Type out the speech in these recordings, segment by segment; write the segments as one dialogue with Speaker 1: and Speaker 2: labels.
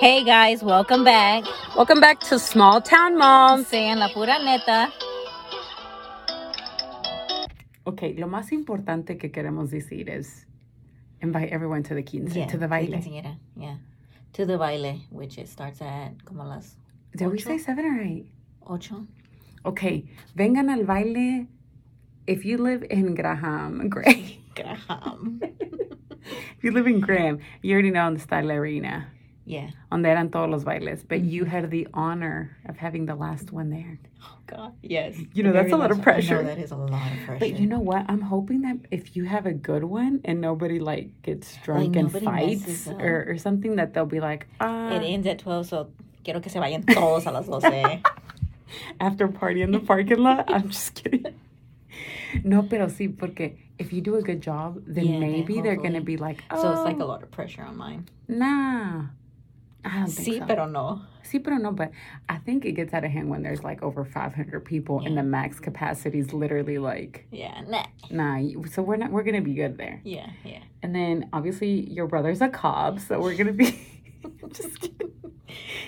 Speaker 1: Hey guys, welcome back.
Speaker 2: Welcome back to Small Town Moms.
Speaker 1: Sean la pura neta.
Speaker 2: Ok, lo más importante que queremos decir es invite everyone to the quince,
Speaker 1: Yeah,
Speaker 2: to the
Speaker 1: la
Speaker 2: baile.
Speaker 1: quinceañera, Yeah. To the baile, which it starts at como las
Speaker 2: Did we
Speaker 1: Ocho.
Speaker 2: say seven or eight?
Speaker 1: ocho.
Speaker 2: Okay, vengan al baile. If you live in Graham, Gray,
Speaker 1: Graham.
Speaker 2: if you live in Graham, you already know the style arena,
Speaker 1: yeah.
Speaker 2: donde eran todos los bailes, but you had the honor of having the last one there.
Speaker 1: Oh God. Yes.
Speaker 2: You know,
Speaker 1: The
Speaker 2: that's
Speaker 1: very
Speaker 2: a lot of
Speaker 1: last one. I
Speaker 2: pressure.
Speaker 1: know that is a lot of pressure.
Speaker 2: But you know what? I'm hoping that if you have a good one and nobody like gets drunk and
Speaker 1: nobody messes
Speaker 2: fights
Speaker 1: up.
Speaker 2: or, or something, that they'll be like, ah,
Speaker 1: it ends at twelve, so quiero que se vayan todos a las doce.
Speaker 2: after party in the parking lot. I'm just kidding. No, pero sí, porque if you do a good job, then
Speaker 1: Yeah, then
Speaker 2: maybe they're gonna
Speaker 1: hopefully.
Speaker 2: be like, oh,
Speaker 1: so it's like a lot of pressure on mine.
Speaker 2: nah. I don't think
Speaker 1: Sí,
Speaker 2: so.
Speaker 1: pero no.
Speaker 2: Sí, pero no, but I think it gets out of hand when there's like over 500 people and
Speaker 1: Yeah.
Speaker 2: the max capacity is literally like,
Speaker 1: Yeah. Nah.
Speaker 2: nah, you- so we're not, we're gonna be good there.
Speaker 1: Yeah. Yeah.
Speaker 2: And then obviously your brother's a cop, so we're gonna be, I'm just kidding.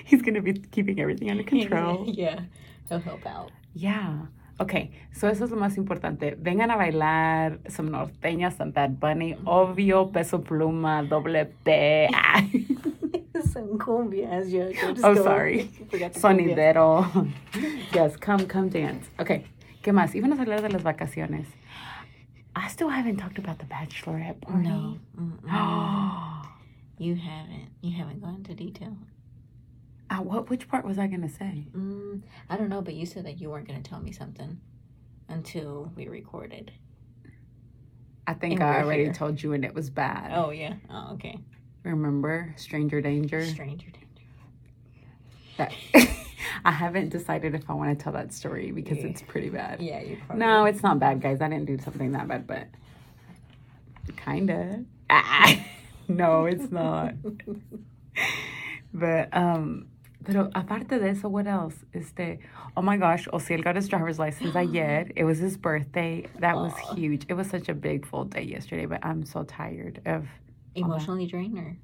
Speaker 2: He's gonna be keeping everything under control.
Speaker 1: yeah. He'll help out.
Speaker 2: Yeah. Okay, so eso es lo más importante. Vengan a bailar, son norteñas, son Bad Bunny, obvio, peso pluma, doble P, ah,
Speaker 1: Some cumbias, yeah. so just
Speaker 2: Oh,
Speaker 1: go-
Speaker 2: sorry.
Speaker 1: Forgot the cumbias.
Speaker 2: sonidero. Yes, come, come dance. Okay, ¿qué más? Íbamos a hablar de las vacaciones. I still haven't talked about the bachelorette party.
Speaker 1: No, mm-mm. you haven't. You haven't gone into detail.
Speaker 2: Uh, what, which part was I gonna say?
Speaker 1: Mm, I don't know, but you said that you weren't going to tell me something until we recorded.
Speaker 2: I think
Speaker 1: And
Speaker 2: I
Speaker 1: we're
Speaker 2: already
Speaker 1: here.
Speaker 2: told you and it was bad.
Speaker 1: Oh yeah. Oh okay.
Speaker 2: Remember, Stranger Danger?
Speaker 1: Stranger danger.
Speaker 2: That- I haven't decided if I want to tell that story because
Speaker 1: Yeah.
Speaker 2: it's pretty bad.
Speaker 1: Yeah, you probably.
Speaker 2: No, it's not bad, guys. I didn't do something that bad, but kinda. Ah, no, it's not. but um, pero aparte de eso, what else? Este, oh my gosh, Osiel got his driver's license ayer. It was his birthday. That was
Speaker 1: Aw.
Speaker 2: huge. It was such a big full day yesterday, but I'm so tired of.
Speaker 1: emotionally drained or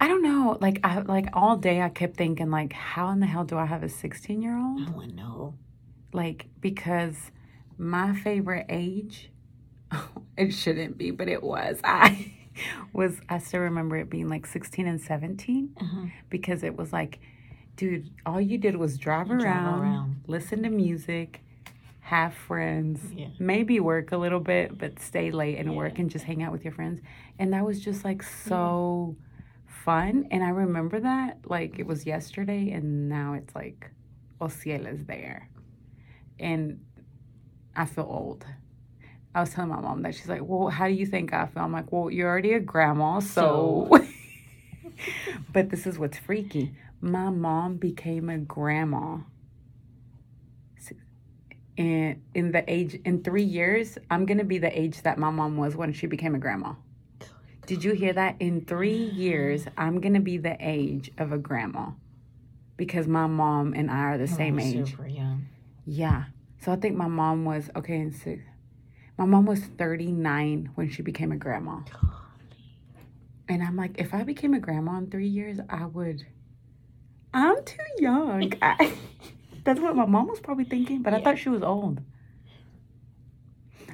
Speaker 2: I don't know. Like I like all day, I kept thinking like, how in the hell do I have a 16 year old?
Speaker 1: no one know.
Speaker 2: like because my favorite age it shouldn't be but it was i was i still remember it being like 16 and 17
Speaker 1: Uh-huh.
Speaker 2: because it was like dude all you did was drive,
Speaker 1: Drive
Speaker 2: around,
Speaker 1: around.
Speaker 2: listen to music have friends
Speaker 1: Yeah.
Speaker 2: maybe work a little bit but stay late and work
Speaker 1: Yeah.
Speaker 2: and just hang out with your friends and that was just like so fun and i remember that like it was yesterday and now it's like Ociel is there. And I feel old. I was telling my mom that she's like, Well, how do you think I feel? I'm like, Well, you're already a grandma, so. but this is what's freaky. My mom became a grandma. S- And in the age, in three years, I'm going to be the age that my mom was when she became a grandma. Did you hear that? In three years, I'm going to be the age of a grandma because my mom and I are
Speaker 1: Oh,
Speaker 2: the same
Speaker 1: We're
Speaker 2: age.
Speaker 1: Super young.
Speaker 2: Yeah. So I think my mom was okay and six. My mom was 39 when she became a grandma. And I'm like, if I became a grandma in three years, I would. I'm too young. I, that's what my mom was probably thinking, but I
Speaker 1: Yeah.
Speaker 2: thought she was old.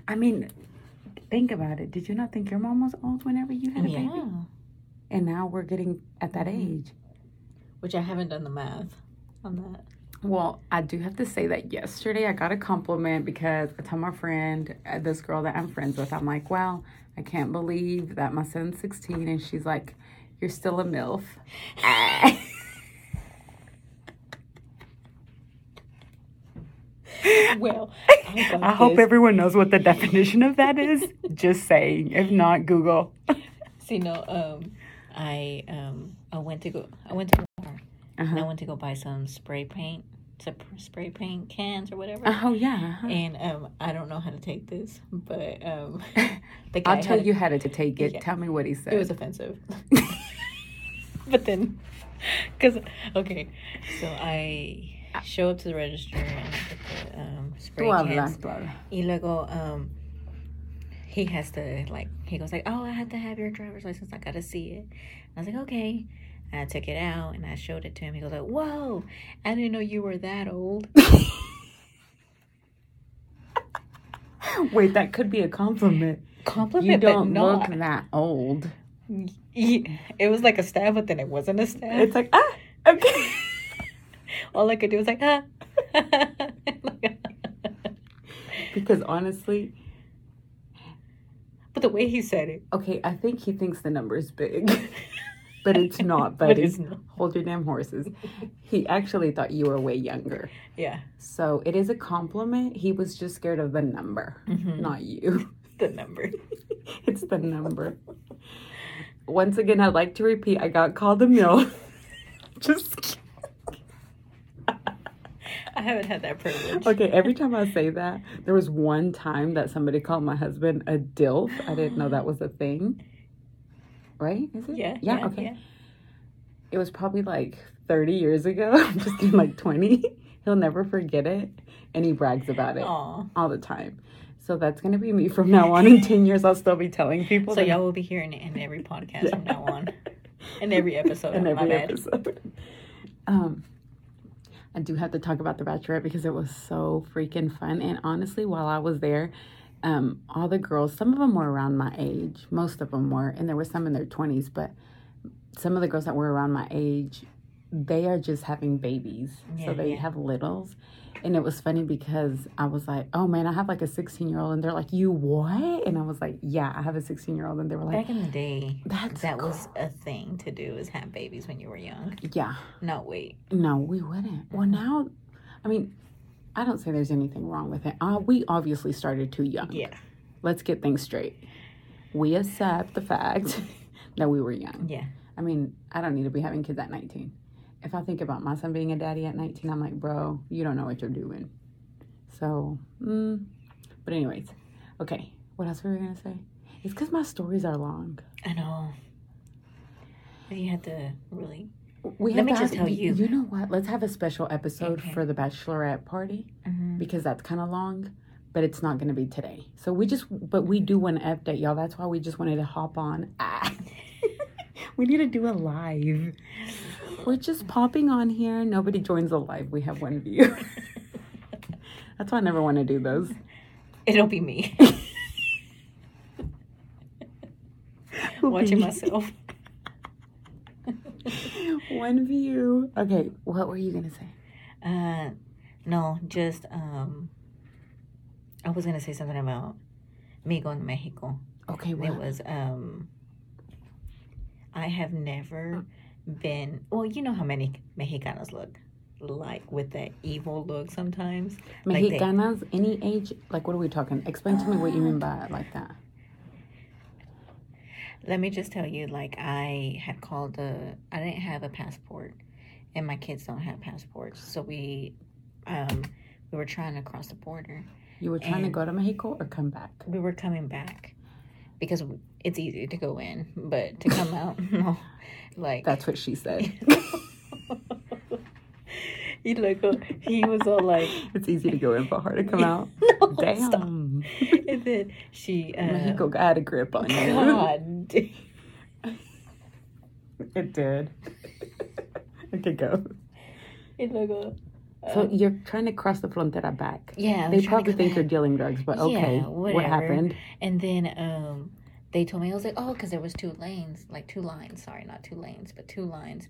Speaker 2: I mean, think about it. Did you not think your mom was old whenever you had a
Speaker 1: Yeah.
Speaker 2: baby? And now we're getting at that
Speaker 1: Mhm.
Speaker 2: age.
Speaker 1: Which I haven't done the math on that.
Speaker 2: Well, I do have to say that yesterday I got a compliment because I told my friend, uh, this girl that I'm friends with, I'm like, wow, I can't believe that my son's 16. And she's like, you're still a MILF.
Speaker 1: well, I, got
Speaker 2: I hope
Speaker 1: this.
Speaker 2: everyone knows what the definition of that is. Just saying. If not, Google.
Speaker 1: See, no, um, I um, I went to go. I went to Walmart, and I
Speaker 2: Uh-huh.
Speaker 1: went to go buy some spray paint, some spray paint cans or whatever.
Speaker 2: Oh, yeah. uh-huh.
Speaker 1: And um, I don't know how to take this, but um, the guy
Speaker 2: I'll tell
Speaker 1: had-
Speaker 2: you how to to take it.
Speaker 1: Yeah.
Speaker 2: Tell me what he said.
Speaker 1: it was offensive. but then, cause okay, so I show up to the register and I get the um, spray
Speaker 2: Tú
Speaker 1: cans.
Speaker 2: hablas, bro.
Speaker 1: Y luego, um, he has to like he goes like, oh, I have to have your driver's license. I gotta see it. I was like, okay. And I took it out and I showed it to him. He goes like, whoa, I didn't know you were that old.
Speaker 2: Wait, that could be a compliment.
Speaker 1: Compliment,
Speaker 2: You don't
Speaker 1: but not.
Speaker 2: look that old.
Speaker 1: Ye- It was like a stab, but then it wasn't a stab.
Speaker 2: It's like ah, okay.
Speaker 1: All I could do was like, ah.
Speaker 2: because honestly,
Speaker 1: but the way he said it,
Speaker 2: okay, I think he thinks the number is big, but it's not,
Speaker 1: but
Speaker 2: buddy.
Speaker 1: it's not.
Speaker 2: Hold your damn horses. He actually thought you were way younger.
Speaker 1: Yeah,
Speaker 2: So it is a compliment. He was just scared of the number,
Speaker 1: Mhm.
Speaker 2: not you.
Speaker 1: the number.
Speaker 2: It's the number. Once again, I'd like to repeat I got called a mill. just kidding.
Speaker 1: I haven't had that privilege.
Speaker 2: Okay, every time I say that, there was one time that somebody called my husband a DILF. I didn't know that was a thing. Right? Is it?
Speaker 1: Yeah.
Speaker 2: Yeah, okay. It was probably like 30 years ago. I'm just kidding, like 20. He'll never forget it. And he brags about it
Speaker 1: Aw.
Speaker 2: all the time. So that's going to be me from now on. In 10 years, I'll still be telling people.
Speaker 1: so
Speaker 2: that-
Speaker 1: y'all will be hearing it in every podcast from now on, in every episode.
Speaker 2: in
Speaker 1: my
Speaker 2: every
Speaker 1: bad.
Speaker 2: episode. Um, I do have to talk about the Bachelorette because it was so freaking fun. And honestly, while I was there, um, all the girls, some of them were around my age, most of them were, and there were some in their twenties, but some of the girls that were around my age, they are just having babies,
Speaker 1: Yeah,
Speaker 2: so they
Speaker 1: yeah.
Speaker 2: have littles. And it was funny because I was like, "Oh man, I have like a 16 year old," and they're like, "You what?" And I was like, "Yeah, I have a 16 year old," and they were like,
Speaker 1: Back in the day,
Speaker 2: "That's
Speaker 1: that was a thing to do is have babies when you were young.
Speaker 2: cool." yeah."
Speaker 1: No, wait.
Speaker 2: No, we wouldn't. Well, now, I mean, I don't say there's anything wrong with it. Uh, we obviously started too young.
Speaker 1: Yeah,
Speaker 2: Let's get things straight. We accept the fact that we were young.
Speaker 1: yeah.
Speaker 2: I mean, I don't need to be having kids at 19. If I think about my son being a daddy at 19, I'm like, bro, you don't know what you're doing. So, mm. but, anyways, okay, what else were we going to say? It's because my stories are long.
Speaker 1: I know. But you had to really.
Speaker 2: We
Speaker 1: Let
Speaker 2: have
Speaker 1: me
Speaker 2: to
Speaker 1: just
Speaker 2: have-
Speaker 1: tell you.
Speaker 2: You know what? Let's have a special episode
Speaker 1: Okay.
Speaker 2: for the bachelorette party.
Speaker 1: Mhm.
Speaker 2: because that's kind of long, but it's not going to be today. So we just, but we do want to update y'all. That's why we just wanted to hop on. Ah. we need to do a live. We're just popping on here. Nobody joins the live. We have one view. that's why I never want to do those.
Speaker 1: It'll be me watching myself.
Speaker 2: one view. Okay, what were you going to say?
Speaker 1: Uh, no, just um. I was gonna say something about me going to Mexico.
Speaker 2: Okay,
Speaker 1: It
Speaker 2: what?
Speaker 1: was um I have never been well, you know how many Mexicanos look like with that evil look sometimes. like they-
Speaker 2: Mexicanas, any age, like what are we talking? Explain to me what you mean by like that.
Speaker 1: Let me just tell you, like I had called the I didn't have a passport and my kids don't have passports. So we um we were trying to cross the border.
Speaker 2: You were trying to
Speaker 1: And-
Speaker 2: go to Mexico or come back?
Speaker 1: We were coming back because it's easy to go in, but to come out, no. Like
Speaker 2: That's what she said.
Speaker 1: he like he was all like
Speaker 2: It's easy to go in, but hard to come out.
Speaker 1: no,
Speaker 2: Damn.
Speaker 1: stop. And then she, uh,
Speaker 2: Mexico got a grip on you.
Speaker 1: God, damn.
Speaker 2: It did. okay, go.
Speaker 1: It like a-
Speaker 2: So you're trying to cross the frontera back.
Speaker 1: uh, yeah,
Speaker 2: They
Speaker 1: we're trying to
Speaker 2: probably
Speaker 1: go
Speaker 2: think you're
Speaker 1: back.
Speaker 2: dealing drugs, but
Speaker 1: Yeah,
Speaker 2: okay. what
Speaker 1: whatever.
Speaker 2: happened?
Speaker 1: And then um, they told me I was like, oh, because there was two lanes, like two lines. Sorry, not two lanes, but two lines.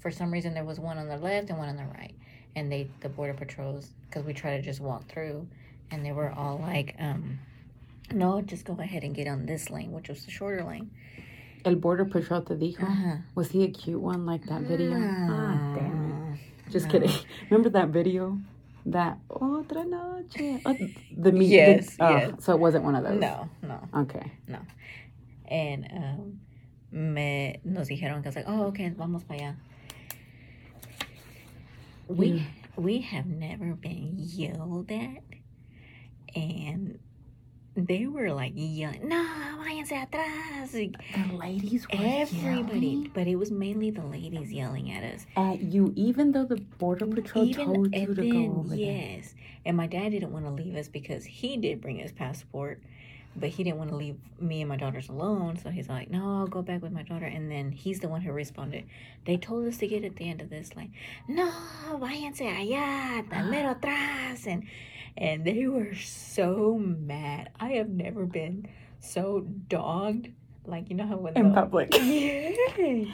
Speaker 1: For some reason, there was one on the left and one on the right. And they, the border patrols, because we try to just walk through, and they were all like, um, no, just go ahead and get on this lane, which was the shorter lane.
Speaker 2: El border patrol te dijo.
Speaker 1: Uh-huh.
Speaker 2: Was he a cute one like that video? Ah, damn
Speaker 1: Mm.
Speaker 2: it. Just kidding. Remember that video? That otra noche. Oh, the meat. the-
Speaker 1: Yes,
Speaker 2: oh,
Speaker 1: yes.
Speaker 2: So it wasn't one of those.
Speaker 1: No, no.
Speaker 2: Okay.
Speaker 1: And um, me, nos dijeron que was like, oh, okay, vamos para allá. We
Speaker 2: Yeah.
Speaker 1: we have never been yelled at, and they were like yelling, "No, váyanse atrás!" Like,
Speaker 2: The ladies were
Speaker 1: Everybody,
Speaker 2: yelling
Speaker 1: but it was mainly the ladies yelling at us.
Speaker 2: at you, even though the border patrol told you to
Speaker 1: and
Speaker 2: go over there.
Speaker 1: yes, and my dad didn't want to leave us because he did bring his passport, but he didn't want to leave me and my daughters alone. So he's like, no, I'll go back with my daughter. And then he's the one who responded. They told us to get at the end of this lane. No, váyanse allá, tan mero atrás. And, and they were so mad. I have never been so dogged. Like, you know how when
Speaker 2: in
Speaker 1: the-
Speaker 2: public.
Speaker 1: yeah.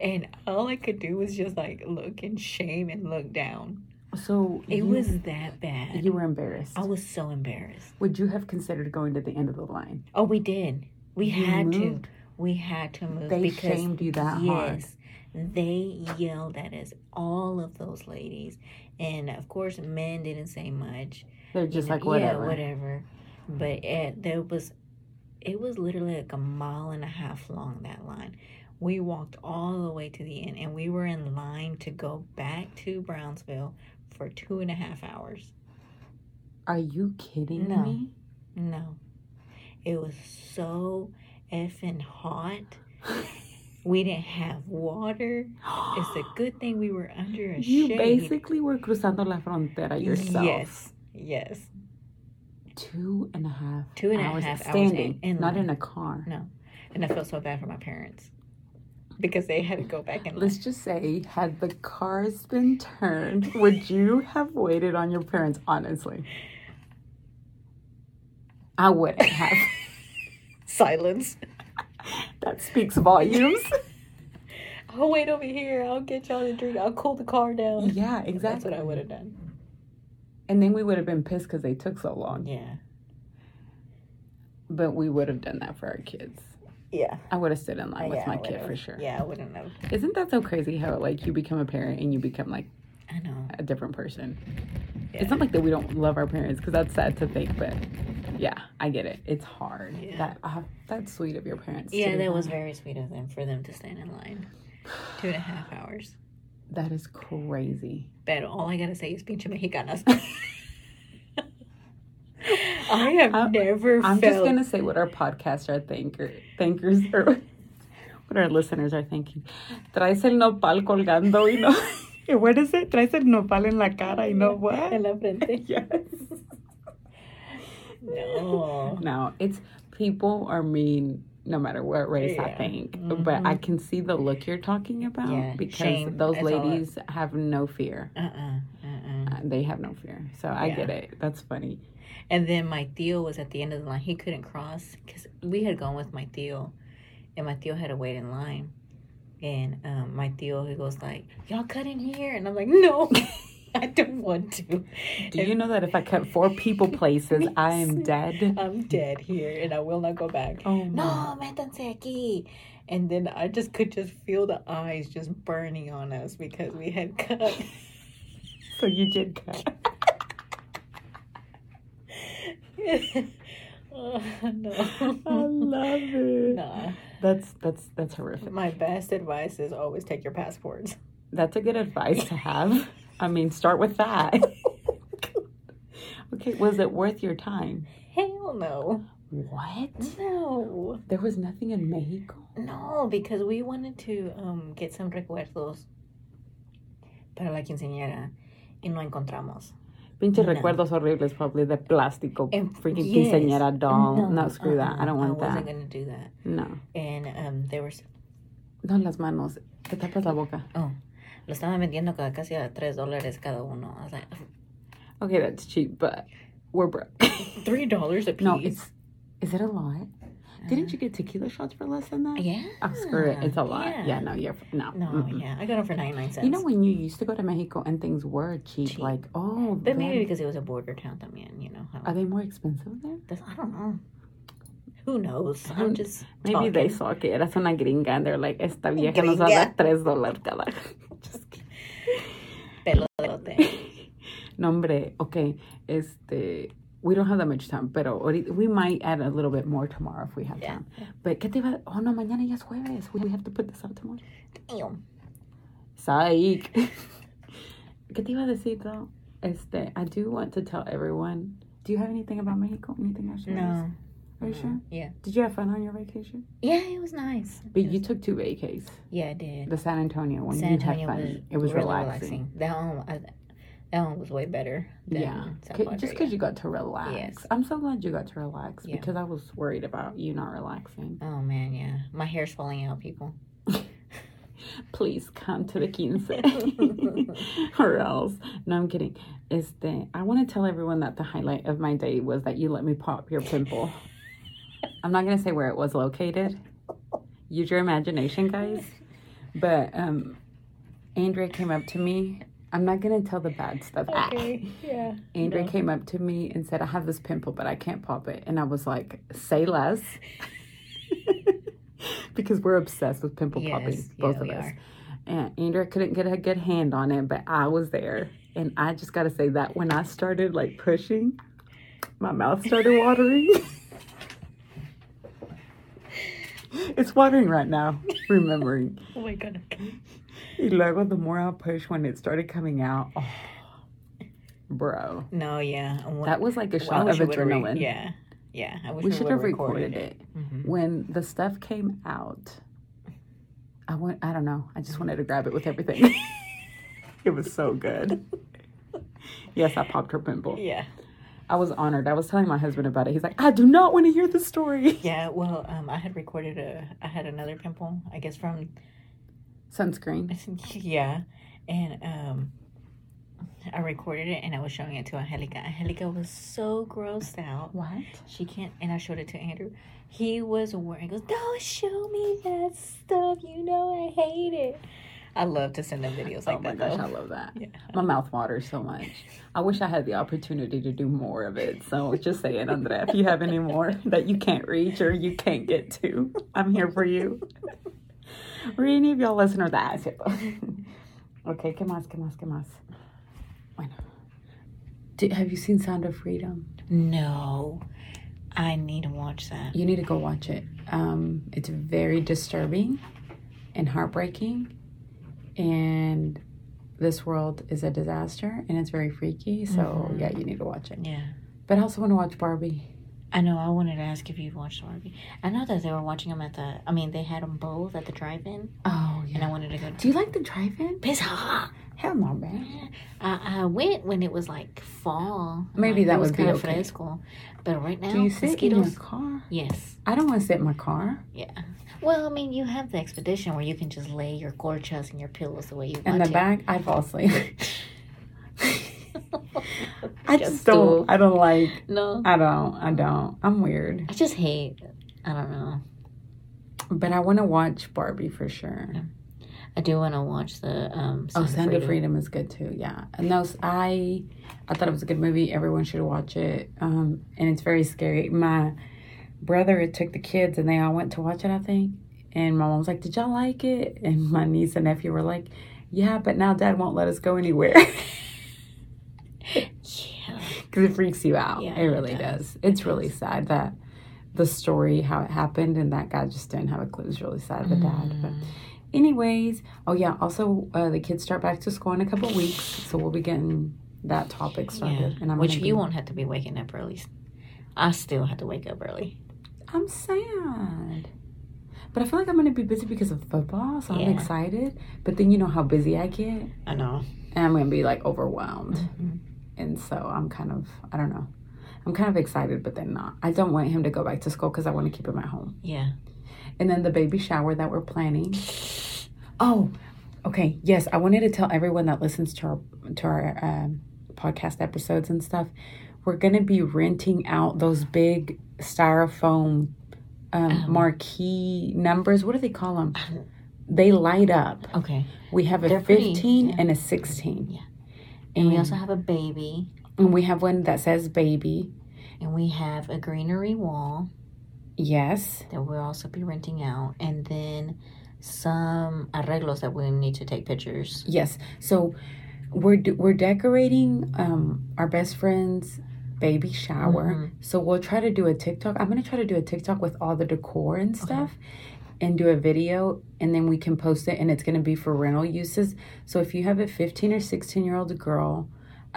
Speaker 1: And all I could do was just like look in shame and look down.
Speaker 2: So
Speaker 1: It
Speaker 2: you-
Speaker 1: was that bad.
Speaker 2: you were embarrassed.
Speaker 1: I was so embarrassed.
Speaker 2: Would you have considered going to the end of the line?
Speaker 1: Oh, we did. We
Speaker 2: You
Speaker 1: had
Speaker 2: moved.
Speaker 1: to. We had to move
Speaker 2: They
Speaker 1: because
Speaker 2: shamed you that hard.
Speaker 1: yes, they yelled at us. All of those ladies, and of course, men didn't say much.
Speaker 2: They're
Speaker 1: you
Speaker 2: just
Speaker 1: know,
Speaker 2: like whatever.
Speaker 1: Yeah, whatever. But it, there was, it was literally like a mile and a half long that line. We walked all the way to the end, and we were in line to go back to Brownsville for two and a half hours.
Speaker 2: Are you kidding
Speaker 1: No.
Speaker 2: me?
Speaker 1: No, it was so effing hot. We didn't have water. It's a good thing we were under a
Speaker 2: you
Speaker 1: shade.
Speaker 2: basically were cruzando la frontera yourself.
Speaker 1: Yes, yes.
Speaker 2: Two and a half.
Speaker 1: Two and a
Speaker 2: hours
Speaker 1: half hours
Speaker 2: standing,
Speaker 1: in- in
Speaker 2: not
Speaker 1: line.
Speaker 2: in a car.
Speaker 1: And I felt so bad for my parents because they had to go back and
Speaker 2: Let's just say, had the cars been turned, would you have waited on your parents? Honestly, I wouldn't have.
Speaker 1: silence.
Speaker 2: that speaks volumes.
Speaker 1: I'll Oh, wait over here. I'll get y'all a drink. I'll cool the car down.
Speaker 2: yeah, exactly.
Speaker 1: That's what I would have done.
Speaker 2: And then we would have been pissed because they took so long.
Speaker 1: Yeah.
Speaker 2: But we would have done that for our kids.
Speaker 1: Yeah.
Speaker 2: I would have stood in line with
Speaker 1: yeah,
Speaker 2: my
Speaker 1: I
Speaker 2: kid
Speaker 1: would've.
Speaker 2: for sure.
Speaker 1: Yeah, I wouldn't have.
Speaker 2: Isn't that so crazy how like you become a parent and you become like
Speaker 1: I know.
Speaker 2: a different person?
Speaker 1: Yeah.
Speaker 2: It's not like that we don't love our parents because that's sad to think, but yeah, I get it. It's hard.
Speaker 1: Yeah.
Speaker 2: That uh, that's sweet of your parents. to
Speaker 1: Yeah,
Speaker 2: do
Speaker 1: that was very sweet of them for them to stand in line. Two and a half hours.
Speaker 2: That is crazy.
Speaker 1: But all I gotta say is pinche mexicanas. I have
Speaker 2: I'm-
Speaker 1: never
Speaker 2: I'm
Speaker 1: felt.
Speaker 2: just gonna say what our podcasts are thinker thinkers or what our listeners are thinking. Traes el nopal colgando y no. What is it? Traes el nopal en la cara y no
Speaker 1: En
Speaker 2: what?
Speaker 1: la frente.
Speaker 2: Yes.
Speaker 1: No.
Speaker 2: No, it's people are mean no matter what race I
Speaker 1: Yeah. Mm-hmm.
Speaker 2: think. But I can see the look you're talking about
Speaker 1: Yeah,
Speaker 2: because
Speaker 1: shame.
Speaker 2: those
Speaker 1: That's all it-
Speaker 2: ladies have no fear.
Speaker 1: Uh uh-uh, uh.
Speaker 2: Uh, They have no fear. So I
Speaker 1: Yeah.
Speaker 2: get it. That's funny.
Speaker 1: And then my Theo was at the end of the line. He couldn't cross because we had gone with my Theo, and my Theo had to wait in line. And um, my Theo, he goes like, "Y'all cut in here," and I'm like, "No, I don't want to.
Speaker 2: Do you know that if I cut four people places, I am dead?
Speaker 1: I'm dead here, and I will not go back."
Speaker 2: Oh my.
Speaker 1: No, métanse aquí. And then I just could just feel the eyes just burning on us because we had cut.
Speaker 2: So you did cut.
Speaker 1: oh,
Speaker 2: I
Speaker 1: no.
Speaker 2: love it.
Speaker 1: Nah.
Speaker 2: That's that's that's horrific.
Speaker 1: My best advice is always take your passports.
Speaker 2: That's a good advice to have. I mean, start with that. okay, was it worth your time?
Speaker 1: Hell no.
Speaker 2: What?
Speaker 1: No.
Speaker 2: There was nothing in Mexico.
Speaker 1: No, because we wanted to um, get some recuerdos para la quinceañera y no encontramos.
Speaker 2: Pinche
Speaker 1: No.
Speaker 2: recuerdos horribles, probably the plástico
Speaker 1: And-
Speaker 2: freaking
Speaker 1: yes.
Speaker 2: quinceañera doll. No, screw that.
Speaker 1: uh-uh,
Speaker 2: I don't want
Speaker 1: I
Speaker 2: that.
Speaker 1: wasn't going to do that.
Speaker 2: No.
Speaker 1: And um, there was
Speaker 2: No las manos. Te tapas la boca.
Speaker 1: Lo estaban vendiendo cada casi a tres dólares cada uno. I was like, "Um,
Speaker 2: Okay, that's cheap, but we're broke.
Speaker 1: three dollars a piece.
Speaker 2: no, it's. Is it a lot? Didn't you get tequila shots for less than that?
Speaker 1: Uh. Yeah.
Speaker 2: Oh, screw it. It's a lot.
Speaker 1: Yeah.
Speaker 2: Yeah, no, you're. No.
Speaker 1: No,
Speaker 2: mm-mm.
Speaker 1: yeah, I got them for ninety nine cents.
Speaker 2: You know when you used to go to Mexico and things were cheap,
Speaker 1: Cheap.
Speaker 2: like oh,
Speaker 1: but maybe
Speaker 2: that-
Speaker 1: because it was a border town también, you know how.
Speaker 2: are they more expensive there?
Speaker 1: that's- I don't know. Who knows?
Speaker 2: don't-
Speaker 1: I'm just
Speaker 2: Maybe
Speaker 1: talking.
Speaker 2: they saw que eras una gringa and they're like, esta vieja nos va a dar
Speaker 1: Gringa.
Speaker 2: tres dólares cada. Just kidding.
Speaker 1: Pelote.
Speaker 2: No, hombre, okay, este, we don't have that much time, pero ahorita, we might add a little bit more tomorrow if we have
Speaker 1: Yeah.
Speaker 2: time. But qué te va? Oh no, mañana ya es jueves. We, we have to put this out tomorrow.
Speaker 1: Damn.
Speaker 2: Psych. ¿Qué te iba a decir though? Este, I do want to tell everyone. Do you have anything about Mexico? Anything I should know?
Speaker 1: No.
Speaker 2: Are you
Speaker 1: no.
Speaker 2: sure?
Speaker 1: Yeah.
Speaker 2: Did you have fun on your vacation?
Speaker 1: Yeah, it was nice.
Speaker 2: But you took two vacays.
Speaker 1: Yeah, I did.
Speaker 2: The San Antonio one.
Speaker 1: San
Speaker 2: you had
Speaker 1: Antonio
Speaker 2: fun.
Speaker 1: was
Speaker 2: it was
Speaker 1: really
Speaker 2: relaxing.
Speaker 1: That one, I, That one was way better. Than
Speaker 2: yeah.
Speaker 1: San
Speaker 2: C-
Speaker 1: Padre,
Speaker 2: just
Speaker 1: yeah.
Speaker 2: because you got to relax.
Speaker 1: Yes.
Speaker 2: I'm so glad you got to relax
Speaker 1: Yeah.
Speaker 2: because I was worried about you not relaxing.
Speaker 1: Oh man, yeah. My hair's falling out, people.
Speaker 2: Please come to the quince or else. No, I'm kidding. It's the I want to tell everyone that the highlight of my day was that you let me pop your pimple. I'm not gonna say where it was located. Use your imagination, guys. But um, Andrea came up to me. I'm not gonna tell the bad stuff. Ah.
Speaker 1: Yeah.
Speaker 2: Andrea
Speaker 1: No.
Speaker 2: came up to me and said, I have this pimple, but I can't pop it. And I was like, say less. because we're obsessed with pimple popping,
Speaker 1: Yes.
Speaker 2: both
Speaker 1: yeah,
Speaker 2: of
Speaker 1: we
Speaker 2: us.
Speaker 1: are.
Speaker 2: And Andrea couldn't get a good hand on it, but I was there. And I just got to say that when I started like pushing, my mouth started watering. it's watering right now, remembering.
Speaker 1: Oh my god. okay.
Speaker 2: Y luego, the more I push, when it started coming out, oh, bro.
Speaker 1: No, yeah. I want-
Speaker 2: That was like a
Speaker 1: I
Speaker 2: shot
Speaker 1: wish
Speaker 2: of
Speaker 1: we would've re-
Speaker 2: adrenaline.
Speaker 1: yeah. Yeah. I wish
Speaker 2: We should
Speaker 1: would've
Speaker 2: have recorded, it.
Speaker 1: Mhm.
Speaker 2: When the stuff came out, I went I don't know. I just wanted to grab it with everything. it was so good. Yes, I popped her pimple.
Speaker 1: Yeah.
Speaker 2: I was honored. I was telling my husband about it. He's like, I do not want to hear the story.
Speaker 1: Yeah. Well, um, I had recorded a. I had another pimple. I guess from.
Speaker 2: Sunscreen.
Speaker 1: Yeah, and um, I recorded it and I was showing it to Angelica. Angelica was so grossed out.
Speaker 2: What?
Speaker 1: She can't, and I showed it to Andrew. He was worried. He goes, don't show me that stuff. You know I hate it. I love to send them videos like
Speaker 2: oh my
Speaker 1: that.
Speaker 2: gosh,
Speaker 1: though.
Speaker 2: I love that.
Speaker 1: Yeah.
Speaker 2: My mouth waters so much. I wish I had the opportunity to do more of it. So just say it, Andrea, if you have any more that you can't reach or you can't get to, I'm here for you. Or any of y'all listener that ask it. Okay, que más, que más, que más. Bueno. Do, have you seen Sound of Freedom?
Speaker 1: No, I need to watch that.
Speaker 2: You need to go watch it. Um, it's very disturbing and heartbreaking. And this world is a disaster and it's very freaky. So,
Speaker 1: Mhm.
Speaker 2: yeah, you need to watch it.
Speaker 1: Yeah.
Speaker 2: But I also want to watch Barbie.
Speaker 1: I know. I wanted to ask if you'd watched Barbie. I know that they were watching them at the. I mean, they had them both at the drive-in,
Speaker 2: Oh,
Speaker 1: and I wanted to go.
Speaker 2: Do you like the drive-in?
Speaker 1: Piss off.
Speaker 2: Hell no, man.
Speaker 1: I, I went when it was like fall.
Speaker 2: Maybe
Speaker 1: like,
Speaker 2: that
Speaker 1: it was
Speaker 2: would be
Speaker 1: kinda
Speaker 2: okay.
Speaker 1: fresco. But right now,
Speaker 2: Do you sit in
Speaker 1: mosquitoes.
Speaker 2: your car?
Speaker 1: Yes.
Speaker 2: I don't want to sit in my car.
Speaker 1: Yeah. Well, I mean, you have the expedition where you can just lay your gorchas and your pillows the way you
Speaker 2: In
Speaker 1: want
Speaker 2: the back, I fall asleep.
Speaker 1: to.
Speaker 2: I
Speaker 1: Just
Speaker 2: just
Speaker 1: do.
Speaker 2: don't. I don't like.
Speaker 1: no,
Speaker 2: I don't. I don't. I'm weird.
Speaker 1: I just hate. I don't know.
Speaker 2: But I want to watch Barbie for sure.
Speaker 1: I do want to watch the um. Sound
Speaker 2: Oh,
Speaker 1: of
Speaker 2: Sound of
Speaker 1: Freedom.
Speaker 2: Freedom is good too. Yeah, and those I, I thought it was a good movie. Everyone should watch it. Um, and it's very scary. My brother took the kids, and they all went to watch it. I think. And my mom was like, "Did y'all like it?" And my niece and nephew were like, "Yeah, but now Dad won't let us go anywhere
Speaker 1: Yeah.
Speaker 2: because it freaks you out.
Speaker 1: Yeah,
Speaker 2: it really
Speaker 1: it
Speaker 2: does.
Speaker 1: does.
Speaker 2: It's
Speaker 1: It
Speaker 2: really sad that the story how it happened, and that guy just didn't have a clue. It's really sad. The dad,
Speaker 1: Mm.
Speaker 2: but Anyways, oh yeah, also uh, the kids start back to school in a couple weeks, so we'll be getting that topic started.
Speaker 1: Yeah.
Speaker 2: And I'm
Speaker 1: Which
Speaker 2: gonna
Speaker 1: you
Speaker 2: be-
Speaker 1: won't have to be waking up early. I still have to wake up early.
Speaker 2: I'm sad, but I feel like I'm gonna be busy because of football, so
Speaker 1: Yeah.
Speaker 2: I'm excited. But then you know how busy I get, and
Speaker 1: I know.
Speaker 2: I'm gonna be like overwhelmed, and so I'm kind of I don't know. I'm kind of excited, but then not. I don't want him to go back to school because I want to keep him at home.
Speaker 1: Yeah.
Speaker 2: And then the baby shower that we're planning. Oh, okay. Yes, I wanted to tell everyone that listens to our to our um, podcast episodes and stuff. We're gonna be renting out those big styrofoam um,
Speaker 1: Um.
Speaker 2: marquee numbers. What do they call them? They light up.
Speaker 1: Okay.
Speaker 2: We have a
Speaker 1: They're pretty,
Speaker 2: fifteen
Speaker 1: yeah.
Speaker 2: and a sixteen.
Speaker 1: Yeah.
Speaker 2: And,
Speaker 1: And we also have a baby,
Speaker 2: and we have one that says baby.
Speaker 1: and we have a greenery wall.
Speaker 2: Yes.
Speaker 1: that we'll also be renting out, and then some arreglos that we need to take pictures.
Speaker 2: Yes. So we're d we're decorating um our best friend's baby shower.
Speaker 1: Mhm.
Speaker 2: So we'll try to do a TikTok. I'm gonna try to do a TikTok with all the decor and stuff, and do a video, and then we can post it, and it's gonna be for rental uses. So if you have a 15 or 16 year old girl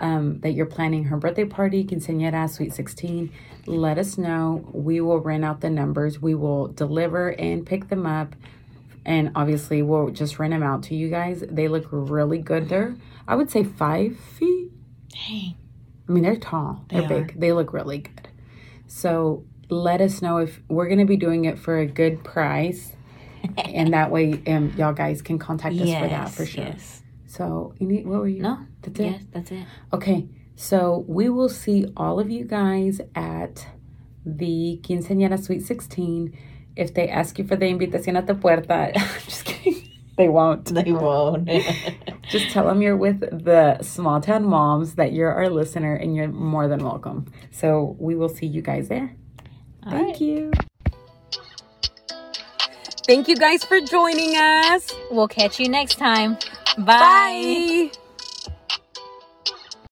Speaker 2: um, that you're planning her birthday party, quinceañera, sweet 16, let us know. We will rent out the numbers. We will deliver and pick them up, and obviously we'll just rent them out to you guys. They look really good. They're I would say five feet
Speaker 1: Dang.
Speaker 2: I mean, they're tall,
Speaker 1: They
Speaker 2: they're
Speaker 1: are.
Speaker 2: big, they look really good. So let us know if we're going to be doing it for a good price. and that way, um, y'all guys can contact us for that for sure.
Speaker 1: Yes.
Speaker 2: So, you need, what were you?
Speaker 1: No,
Speaker 2: That's it?
Speaker 1: Yes, that's it.
Speaker 2: Okay, so we will see all of you guys at the Quinceañera Suite 16. If they ask you for the invitación at the puerta, just kidding, they won't.
Speaker 1: They won't.
Speaker 2: Just tell them you're with the small town moms, that you're our listener, and you're more than welcome. So we will see you guys there. Thank you. Thank you guys for joining us.
Speaker 1: We'll catch you next time. Bye.
Speaker 2: Bye.